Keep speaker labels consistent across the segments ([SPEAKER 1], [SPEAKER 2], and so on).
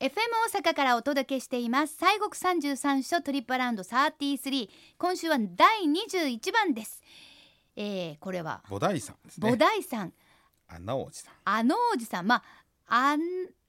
[SPEAKER 1] FM 大阪からお届けしています西国三十三所トリップアラウンド33今週は第21番です、えー、これは
[SPEAKER 2] 菩提さんです
[SPEAKER 1] 菩
[SPEAKER 2] ね。
[SPEAKER 1] 提さん
[SPEAKER 2] 穴王子さん。
[SPEAKER 1] あのおじさんまああん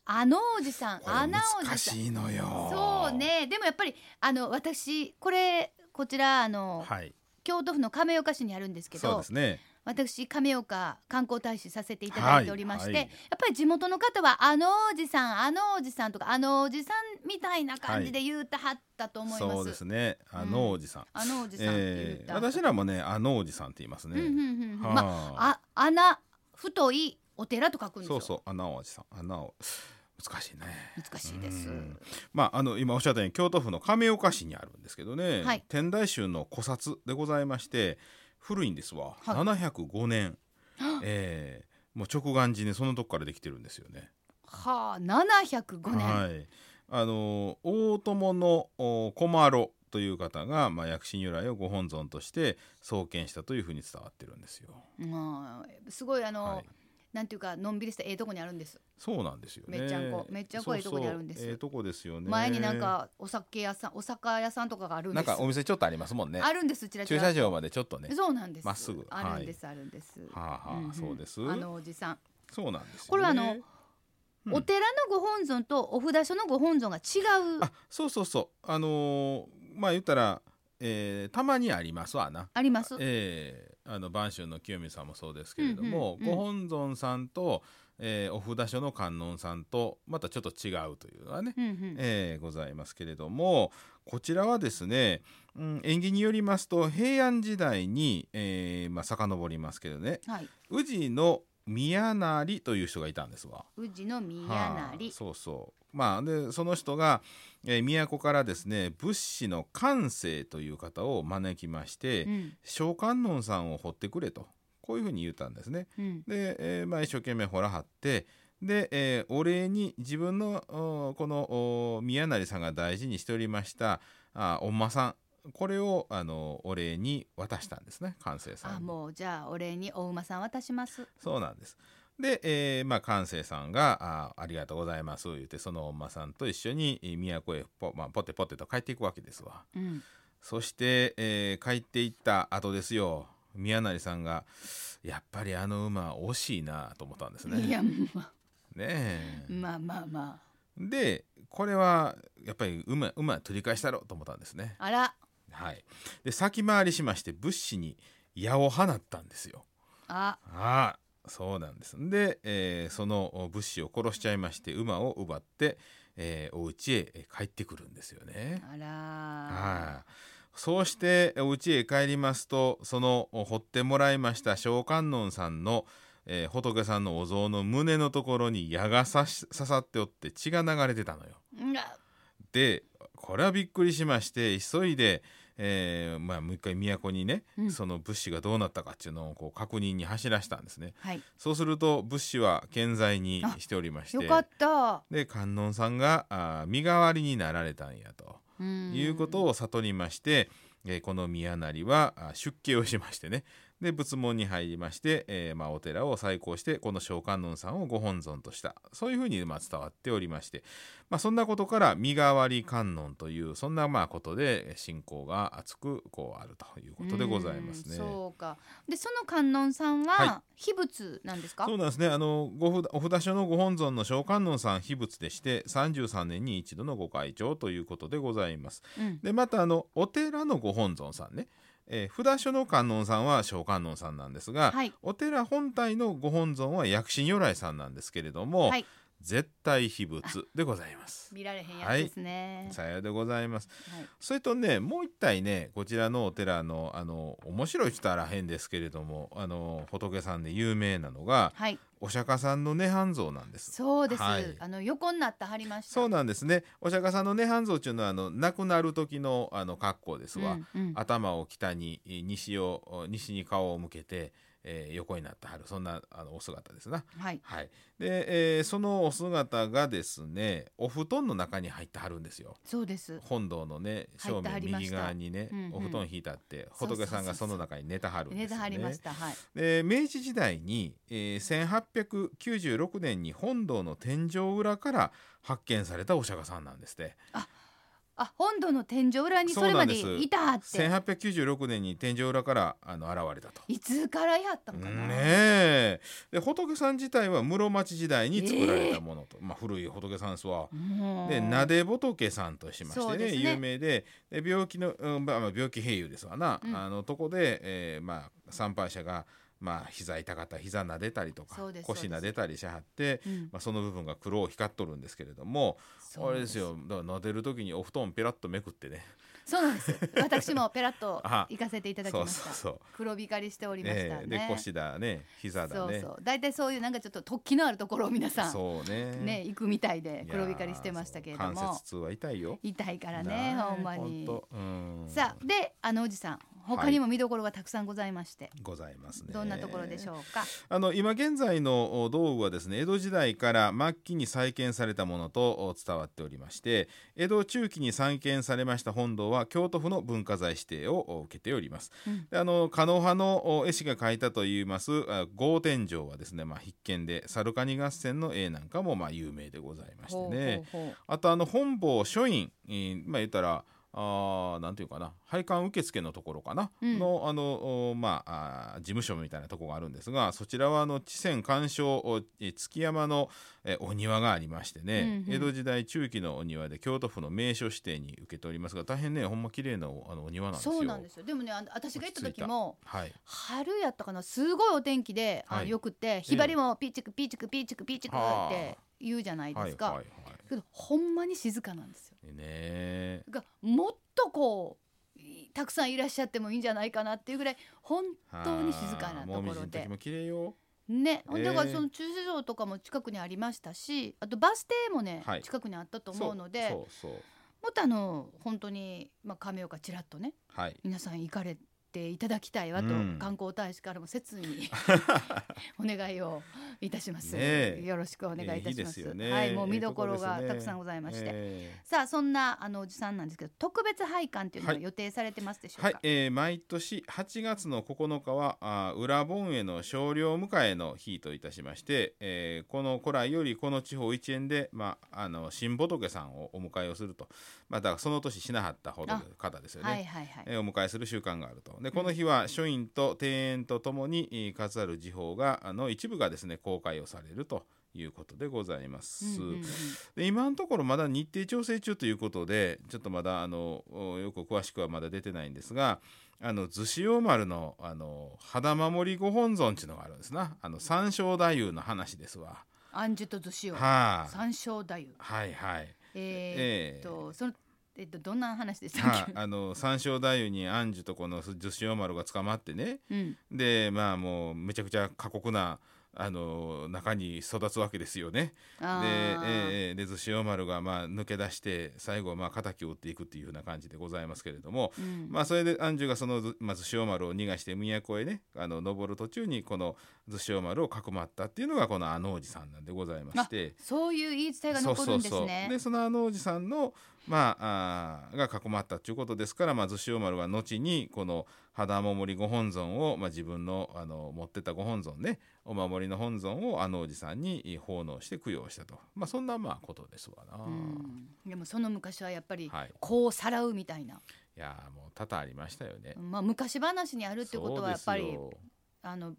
[SPEAKER 1] あのおじさん
[SPEAKER 2] これ
[SPEAKER 1] 穴お
[SPEAKER 2] 難
[SPEAKER 1] じさん
[SPEAKER 2] しいのよ。
[SPEAKER 1] そう。ねでもやっぱりあの私これこちらあの、
[SPEAKER 2] はい。
[SPEAKER 1] 京都府の亀岡市にあるんですけ
[SPEAKER 2] そう
[SPEAKER 1] ど
[SPEAKER 2] ですね。
[SPEAKER 1] 私亀岡観光大使させていただいておりまして、
[SPEAKER 2] はいは
[SPEAKER 1] や
[SPEAKER 2] い
[SPEAKER 1] っぱり地元の方はあのおじさんあのおじさんとかあのおじさんみたいな感じで言うたはったと思います、
[SPEAKER 2] そうですね。あのおじさん。
[SPEAKER 1] あのおじさんって言
[SPEAKER 2] え
[SPEAKER 1] う
[SPEAKER 2] え、
[SPEAKER 1] た、
[SPEAKER 2] 私らもね、あのおじさんって言います
[SPEAKER 1] うんうん
[SPEAKER 2] ね。
[SPEAKER 1] うんうんま
[SPEAKER 2] は
[SPEAKER 1] あ穴太いお寺と書くんで
[SPEAKER 2] あ。
[SPEAKER 1] す
[SPEAKER 2] そ
[SPEAKER 1] よ
[SPEAKER 2] うそう、穴王子さん。穴を。難しいね。
[SPEAKER 1] 難しいです
[SPEAKER 2] うんまあ、あの今おっしゃったように京都府の亀岡市にあるんですけどね、
[SPEAKER 1] はい
[SPEAKER 2] 天台宗の古刹でございまして古いんですわ、
[SPEAKER 1] はい
[SPEAKER 2] 705年、えー、もう直眼寺ねそのとこからできてるんですよね。
[SPEAKER 1] はあ705年、
[SPEAKER 2] はい、あの大友のお小麻呂という方が、まあ、薬師如来をご本尊として創建したというふうに伝わってるんですよ。
[SPEAKER 1] まあ、すごいあの、
[SPEAKER 2] はい
[SPEAKER 1] なんていうかのんびりしたええとこにあるんです、
[SPEAKER 2] そうなんですよね。
[SPEAKER 1] めっちゃんこめっちゃんこええとこにあるんです
[SPEAKER 2] そうそうええとこですよね。
[SPEAKER 1] 前になんかお酒屋さんお酒屋さんとかがあるん
[SPEAKER 2] な
[SPEAKER 1] で
[SPEAKER 2] ん
[SPEAKER 1] す
[SPEAKER 2] かお店ちょっとありますもんね。
[SPEAKER 1] あるんですちらち
[SPEAKER 2] 駐
[SPEAKER 1] ら
[SPEAKER 2] 車場までちょっとね。
[SPEAKER 1] そうなんです
[SPEAKER 2] まっすぐ
[SPEAKER 1] あるんです、あるんです
[SPEAKER 2] はあはあ
[SPEAKER 1] んん
[SPEAKER 2] そうです
[SPEAKER 1] あのおじさん、
[SPEAKER 2] そうなんですよ、ね。
[SPEAKER 1] これはあの
[SPEAKER 2] うん
[SPEAKER 1] お寺のご本尊とお札所のご本尊が違う
[SPEAKER 2] あそうそうそうあのーまあ言ったら、えーたまにありますわな。
[SPEAKER 1] あります
[SPEAKER 2] えーあの播州の清水さんもそうですけれども、
[SPEAKER 1] うんうんうん
[SPEAKER 2] ご本尊さんと、えーお札所の観音さんとまたちょっと違うというのはね、
[SPEAKER 1] うんうん
[SPEAKER 2] えーございますけれどもこちらはですね、うん、縁起によりますと平安時代に、えーまあ、遡りますけどね
[SPEAKER 1] はい
[SPEAKER 2] 宇治の宮成という人がいたんですわ。
[SPEAKER 1] 宇治の宮
[SPEAKER 2] は
[SPEAKER 1] 成
[SPEAKER 2] あそうそうまあでその人が、えー都からですね仏師の寛政という方を招きまして、
[SPEAKER 1] うん
[SPEAKER 2] 小観音さんを掘ってくれとこういうふうに言ったんですね。
[SPEAKER 1] うん
[SPEAKER 2] で、えーまあ、一生懸命掘らはってで、えーお礼に自分のおーこのおー宮成さんが大事にしておりましたあーお馬さんこれをあのお礼に渡したんですね寛政さんに。
[SPEAKER 1] あもうじゃあお礼にお馬さん渡します
[SPEAKER 2] そうなんです。で、えーまあ、関西さんが「あーありがとうございます」言ってそのおんまさんと一緒にえー都へポ,、まあ、ポテポテと帰っていくわけですわ。
[SPEAKER 1] うん
[SPEAKER 2] そして、えー帰っていった後ですよ宮成さんが「やっぱりあの馬惜しいな」と思ったんですね。
[SPEAKER 1] いや
[SPEAKER 2] ね
[SPEAKER 1] ま
[SPEAKER 2] え
[SPEAKER 1] まあまあま
[SPEAKER 2] でこれはやっぱり馬馬取り返したろうと思ったんですね。
[SPEAKER 1] ああら
[SPEAKER 2] はい、で先回りしまして物資に矢を放ったんですよ。
[SPEAKER 1] あ
[SPEAKER 2] ああそうなんですで、えーその物資を殺しちゃいまして馬を奪って、えーお家へえー帰ってくるんですよね。
[SPEAKER 1] あら
[SPEAKER 2] はいそうしてお家へ帰りますとその掘ってもらいました小観音さんの、えー仏さんのお像の胸のところに矢が刺し刺さっておって血が流れてたのよ。
[SPEAKER 1] うんあ
[SPEAKER 2] でこれはびっくりしまして急いで、えーまあ、もう一回都にね、
[SPEAKER 1] うん
[SPEAKER 2] その物資がどうなったかっていうのをこう確認に走らしたんですね。
[SPEAKER 1] はい
[SPEAKER 2] そうすると物資は健在に
[SPEAKER 1] あ
[SPEAKER 2] しておりまして
[SPEAKER 1] よかった
[SPEAKER 2] で観音さんがあー身代わりになられたんやと、い
[SPEAKER 1] いう
[SPEAKER 2] ことを悟りまして、えーこの宮成はあー出家をしましてねで仏門に入りまして、えーまあ、お寺を再興してこの小観音さんをご本尊としたそういうふうにまあ伝わっておりまして、まあ、そんなことから身代わり観音というそんなまあことでえー信仰が厚くこうあるということでございます
[SPEAKER 1] うん
[SPEAKER 2] ね。
[SPEAKER 1] そうか。でその観音さんは
[SPEAKER 2] は
[SPEAKER 1] 秘仏なんですか。
[SPEAKER 2] そうなんですねあのご札お札所のご本尊の小観音さん秘仏でして33年に一度のご開帳ということでございます
[SPEAKER 1] うん
[SPEAKER 2] でまたあのお寺のご本尊さんね、えー札所の観音さんは小観音さんなんですが、
[SPEAKER 1] はい
[SPEAKER 2] お寺本体のご本尊は薬師如来さんなんですけれども、
[SPEAKER 1] はい
[SPEAKER 2] 絶対秘仏でございます
[SPEAKER 1] 見られへんやつですね。
[SPEAKER 2] さようでございます
[SPEAKER 1] はい
[SPEAKER 2] それとねもう一体ねこちらのお寺のあの面白いって言ったら変ですけれどもあの仏さんで有名なのが
[SPEAKER 1] はい。
[SPEAKER 2] お釈迦さんの涅槃像なんです。
[SPEAKER 1] そうです。
[SPEAKER 2] はい
[SPEAKER 1] あの横になってはりました。
[SPEAKER 2] そうなんですね。お釈迦さんの涅槃像っていうのはあの亡くなる時のあの格好ですわ。
[SPEAKER 1] うんうん
[SPEAKER 2] 頭を北にえー西をお西に顔を向けて、えー横になってはるそんなあのお姿ですな。
[SPEAKER 1] はい
[SPEAKER 2] はい、で、えーそのお姿がですねお布団の中に入ってはるんですよ。
[SPEAKER 1] そうです
[SPEAKER 2] 本堂のね
[SPEAKER 1] 入
[SPEAKER 2] 正
[SPEAKER 1] っては
[SPEAKER 2] 面
[SPEAKER 1] りまし
[SPEAKER 2] 右
[SPEAKER 1] た
[SPEAKER 2] 側にね、
[SPEAKER 1] うんうん
[SPEAKER 2] お布団引いてあって
[SPEAKER 1] そうそうそう
[SPEAKER 2] 仏さんがその中に寝たはるん
[SPEAKER 1] 値
[SPEAKER 2] です
[SPEAKER 1] 段
[SPEAKER 2] よ
[SPEAKER 1] 張りま
[SPEAKER 2] ね
[SPEAKER 1] し。たはい
[SPEAKER 2] で明治時代に、えー1896年に本堂の天井裏から発見されたお釈迦さんなんですって。
[SPEAKER 1] あ本堂の天井裏にそ
[SPEAKER 2] そう
[SPEAKER 1] れ
[SPEAKER 2] な
[SPEAKER 1] ま
[SPEAKER 2] んで
[SPEAKER 1] ですいたって
[SPEAKER 2] 1896年に天井裏からあの現れたと。
[SPEAKER 1] いつからやったんかな、
[SPEAKER 2] ねえで仏さん自体は室町時代に作られたものと、まあ、古い仏さんですわ。
[SPEAKER 1] もう
[SPEAKER 2] でなで仏さんとしまし
[SPEAKER 1] そ
[SPEAKER 2] て
[SPEAKER 1] う
[SPEAKER 2] ね
[SPEAKER 1] ですね
[SPEAKER 2] 有名でで病気の、うんまあ、まあ病気併用ですわな、
[SPEAKER 1] うん
[SPEAKER 2] あのとこで、えーまあ、参拝者が、まあ、膝痛かったら膝撫でたりとか
[SPEAKER 1] そうです
[SPEAKER 2] 腰
[SPEAKER 1] そうです
[SPEAKER 2] 撫でたりしはって、
[SPEAKER 1] うん
[SPEAKER 2] まあ、その部分が黒を光っとるんですけれども
[SPEAKER 1] そう
[SPEAKER 2] あ
[SPEAKER 1] な
[SPEAKER 2] れ
[SPEAKER 1] ん
[SPEAKER 2] ですよだから撫でる時にお布団ペラッとめくってね
[SPEAKER 1] そうなんです私もペラッと
[SPEAKER 2] あ
[SPEAKER 1] 行かせていただき
[SPEAKER 2] そ
[SPEAKER 1] ま
[SPEAKER 2] う
[SPEAKER 1] し
[SPEAKER 2] そう
[SPEAKER 1] た
[SPEAKER 2] そう。
[SPEAKER 1] 黒光りしておりました
[SPEAKER 2] ね
[SPEAKER 1] ね
[SPEAKER 2] えで腰だね膝だね
[SPEAKER 1] そうそう大体そういうなんかちょっと突起のあるところを皆さん
[SPEAKER 2] そうね
[SPEAKER 1] ね行くみたいで
[SPEAKER 2] いやー
[SPEAKER 1] 黒光りしてましたけれど
[SPEAKER 2] 関
[SPEAKER 1] も
[SPEAKER 2] 節痛は痛いよ
[SPEAKER 1] 痛いからね
[SPEAKER 2] なあ
[SPEAKER 1] ほんまに
[SPEAKER 2] ほんとうん
[SPEAKER 1] さあであのおじさん他にも見どころがたくさんございまして、
[SPEAKER 2] ございますね
[SPEAKER 1] どんなところでしょうか
[SPEAKER 2] あの今現在のお道具はですね江戸時代から末期に再建されたものとお伝わっておりまして江戸中期に再建されました本堂は京都府の文化財指定をお受けております。
[SPEAKER 1] うん
[SPEAKER 2] であの狩野派のお絵師が描いたといいますあ豪天井はですね、まあ、必見で猿カニ合戦の絵なんかもまあ有名でございましてね。
[SPEAKER 1] ほうほうほう
[SPEAKER 2] あとあの本坊書院、えーまあ言ったらあーなんていうかな配管受付のところかな、
[SPEAKER 1] うん
[SPEAKER 2] のあのおまああー事務所みたいなところがあるんですがそちらはあの地川鑑賞おえー築山のえーお庭がありましてね、
[SPEAKER 1] うんうん
[SPEAKER 2] 江戸時代中期のお庭で京都府の名所指定に受けておりますが大変ねほんま綺麗なおあのお庭なんですよ。
[SPEAKER 1] そうなんですよでもねあの私が行った時も
[SPEAKER 2] はい、
[SPEAKER 1] 春やったかなすごいお天気で、あの
[SPEAKER 2] はい
[SPEAKER 1] よくてひばりもピーチクピーチクピーチクピーチク
[SPEAKER 2] はあ
[SPEAKER 1] って言うじゃない
[SPEAKER 2] は
[SPEAKER 1] で
[SPEAKER 2] い
[SPEAKER 1] すか、
[SPEAKER 2] は
[SPEAKER 1] けどほんまに静かなんですよ
[SPEAKER 2] いはいねえ
[SPEAKER 1] がもっとこういたくさんいらっしゃってもいいんじゃないかなっていうぐらい本当に静かな
[SPEAKER 2] あー
[SPEAKER 1] とこ
[SPEAKER 2] もみじ
[SPEAKER 1] ろ
[SPEAKER 2] の
[SPEAKER 1] で
[SPEAKER 2] 時も綺麗よ。
[SPEAKER 1] ね、
[SPEAKER 2] えー
[SPEAKER 1] だからその駐車場とかも近くにありましたしあとバス停もね、
[SPEAKER 2] はい
[SPEAKER 1] 近くにあったと思うので
[SPEAKER 2] そうそうそう
[SPEAKER 1] もっとあの本当に、まあ、亀岡ちらっとね
[SPEAKER 2] はい
[SPEAKER 1] 皆さん行かれていただきたいわと、
[SPEAKER 2] うん
[SPEAKER 1] 観光大使からも切 にお願いをいたします、
[SPEAKER 2] ねえ
[SPEAKER 1] よろしくお願いいた
[SPEAKER 2] えーいい
[SPEAKER 1] し
[SPEAKER 2] で
[SPEAKER 1] ますす,、
[SPEAKER 2] よね
[SPEAKER 1] はいもう
[SPEAKER 2] ええ
[SPEAKER 1] 見どころ
[SPEAKER 2] とこ
[SPEAKER 1] が
[SPEAKER 2] ですね
[SPEAKER 1] たくさんございまして、
[SPEAKER 2] えー
[SPEAKER 1] さあそんなあのおじさんなんですけど特別拝観というのが
[SPEAKER 2] はい
[SPEAKER 1] 予定されてますでしょうか、
[SPEAKER 2] はい、えー毎年8月の9日はあー裏盆への少量迎えの日といたしまして、えーこの古来よりこの地方一円で、まあ、あの新仏さんをお迎えをすると、まあ、だからその年しなはったほどの方ですよね。
[SPEAKER 1] はいはいはい
[SPEAKER 2] えーお迎えする習慣があるとでこの日は書院と庭園とともに、えー数ある時報があの一部がですね公開をされるということでございます。
[SPEAKER 1] うんうんうん
[SPEAKER 2] で今のところまだ日程調整中ということでちょっとまだあのおよく詳しくはまだ出てないんですがあの逗子王丸のあの肌守りご本尊っていうのがあるんですなあの三正太夫の話ですわ。
[SPEAKER 1] 安寿と寿司を
[SPEAKER 2] はあ、
[SPEAKER 1] 三章太夫
[SPEAKER 2] はいはい。
[SPEAKER 1] えー、っと、そのえっとどんな話でしたっ
[SPEAKER 2] は
[SPEAKER 1] け、
[SPEAKER 2] あ、あの三正太夫に安寿とこの逗子王丸が捕まってね
[SPEAKER 1] うん、
[SPEAKER 2] でまあもうめちゃくちゃ過酷なあの中に育つわけですよね。
[SPEAKER 1] あ
[SPEAKER 2] で、え
[SPEAKER 1] ー
[SPEAKER 2] えええで寿司丸がまあ抜け出して最後まあ敵を打っていくっていうふうな感じでございますけれども、
[SPEAKER 1] うん
[SPEAKER 2] まあそれで安住がそのずまず寿司丸を逃がして都へねあの登る途中にこの寿司丸をかくまったっていうのがこのあのおじさんなんでございまして。
[SPEAKER 1] そういう言い伝えが残るんですね
[SPEAKER 2] でそのあのおじさんの、まあ、あーが囲まったということですから、まあ、逗子丸は後にこの肌守りご本尊を、まあ、自分のあの持ってたご本尊ねお守りの本尊をあのおじさんに奉納して供養したと、まあ、そんなまあことですわな。
[SPEAKER 1] うん、でもその昔はやっぱり
[SPEAKER 2] はい、
[SPEAKER 1] こうさらうみたいな、
[SPEAKER 2] いやーもう多々ありましたよね。
[SPEAKER 1] まあ、昔話にあるってことはやっぱり
[SPEAKER 2] そうですよ
[SPEAKER 1] あの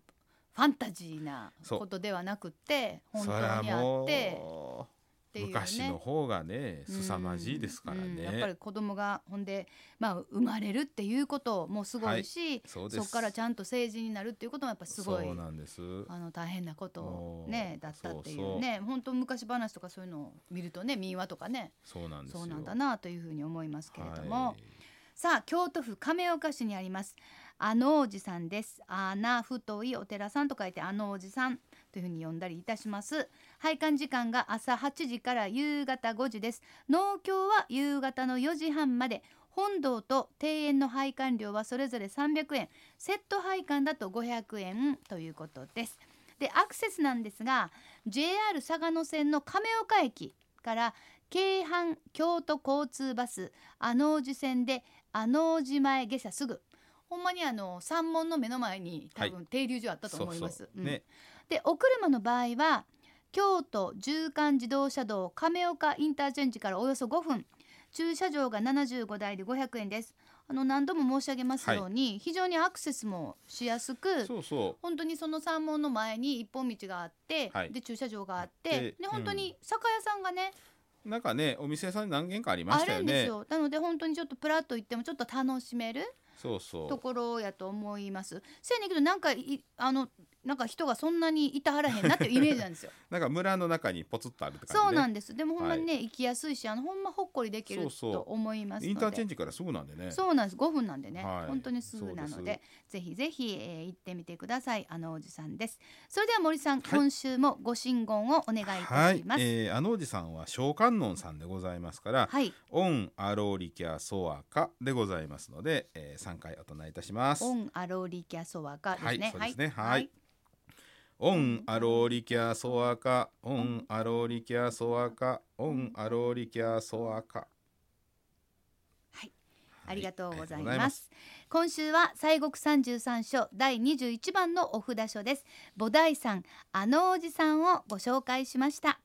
[SPEAKER 1] ファンタジーな
[SPEAKER 2] そう
[SPEAKER 1] ことではなくて本
[SPEAKER 2] そ
[SPEAKER 1] 当
[SPEAKER 2] れは
[SPEAKER 1] にあって
[SPEAKER 2] も
[SPEAKER 1] って
[SPEAKER 2] う
[SPEAKER 1] いうね
[SPEAKER 2] 昔の方がね凄まじいですからね。
[SPEAKER 1] うんうんやっぱり子供がほんで、まあ、生まれるっていうこともすごいし、
[SPEAKER 2] そうです
[SPEAKER 1] そこからちゃんと成人になるっていうこともやっぱすごい
[SPEAKER 2] そうなんです
[SPEAKER 1] あの大変なこと、
[SPEAKER 2] おー
[SPEAKER 1] ね、だったってい
[SPEAKER 2] そうそうう
[SPEAKER 1] ね本当昔話とかそういうのを見るとね民話とかね
[SPEAKER 2] そうなんですよ
[SPEAKER 1] そうなんだなというふうに思いますけれども、
[SPEAKER 2] はい
[SPEAKER 1] さあ京都府亀岡市にありますあのおじさんですあな太いお寺さんと書いてあのおじさんというふうに呼んだりいたします拝観時間が朝8時から夕方5時です農協は夕方の4時半まで本堂と庭園の拝観料はそれぞれ300円セット拝観だと500円ということですでアクセスなんですが JR 嵯峨野線の亀岡駅から京阪京都交通バスあの王子線であの王子前下車すぐほんまにあの山門の目の前に多分停留所あったと思います。うん
[SPEAKER 2] ね、
[SPEAKER 1] でお車の場合は京都縦貫自動車道亀岡インターチェンジからおよそ5分駐車場が75台で500円ですあの何度も申し上げますように、非常にアクセスもしやすく
[SPEAKER 2] そうそ
[SPEAKER 1] 本当にその山門の前に一本道があって、
[SPEAKER 2] はい
[SPEAKER 1] で駐車場があって
[SPEAKER 2] で
[SPEAKER 1] で本当に酒屋さんがね、
[SPEAKER 2] うなんかねお店さん何軒かありま
[SPEAKER 1] あ
[SPEAKER 2] したよ
[SPEAKER 1] るんです
[SPEAKER 2] ね
[SPEAKER 1] よなので本当にちょっとプラッと行ってもちょっと楽しめる
[SPEAKER 2] そうそ
[SPEAKER 1] と
[SPEAKER 2] う
[SPEAKER 1] ころやと思いますせやねんけどなんかいあのなんか人がそんなにいたはらへんなっていうイメージなんですよ
[SPEAKER 2] なんか村の中にポツッとあるって感じ、ね、
[SPEAKER 1] そうなんです。でもほんまにね、行きやすいし、あのほんまほっこりできる
[SPEAKER 2] そうそう
[SPEAKER 1] と思いますので。
[SPEAKER 2] インターチェンジからすぐなんでね
[SPEAKER 1] そうなんです。5分なんでね、
[SPEAKER 2] はい
[SPEAKER 1] 本当にすぐなの
[SPEAKER 2] そう
[SPEAKER 1] で
[SPEAKER 2] で
[SPEAKER 1] ぜひぜひ、えー行ってみてください。あのおじさんです。それでは森さん、
[SPEAKER 2] はい
[SPEAKER 1] 今週もご神言をお願いいたします。
[SPEAKER 2] はい、えー、あのおじさんは小観音さんでございますから、
[SPEAKER 1] はい
[SPEAKER 2] オンアローリキャソアカでございますので、えー、3回お唱えいたします
[SPEAKER 1] オンアローリキャソワカですね。
[SPEAKER 2] はいそうですねはいオンアローリキャソアカオンアローリキャソアカオンアローリキャソアカ
[SPEAKER 1] はいありがとうござい
[SPEAKER 2] ありがとうござい
[SPEAKER 1] ま。
[SPEAKER 2] ます
[SPEAKER 1] 今週は西国三十三所第二十一番のお札書です。菩提さん、あのおじさんをご紹介しました。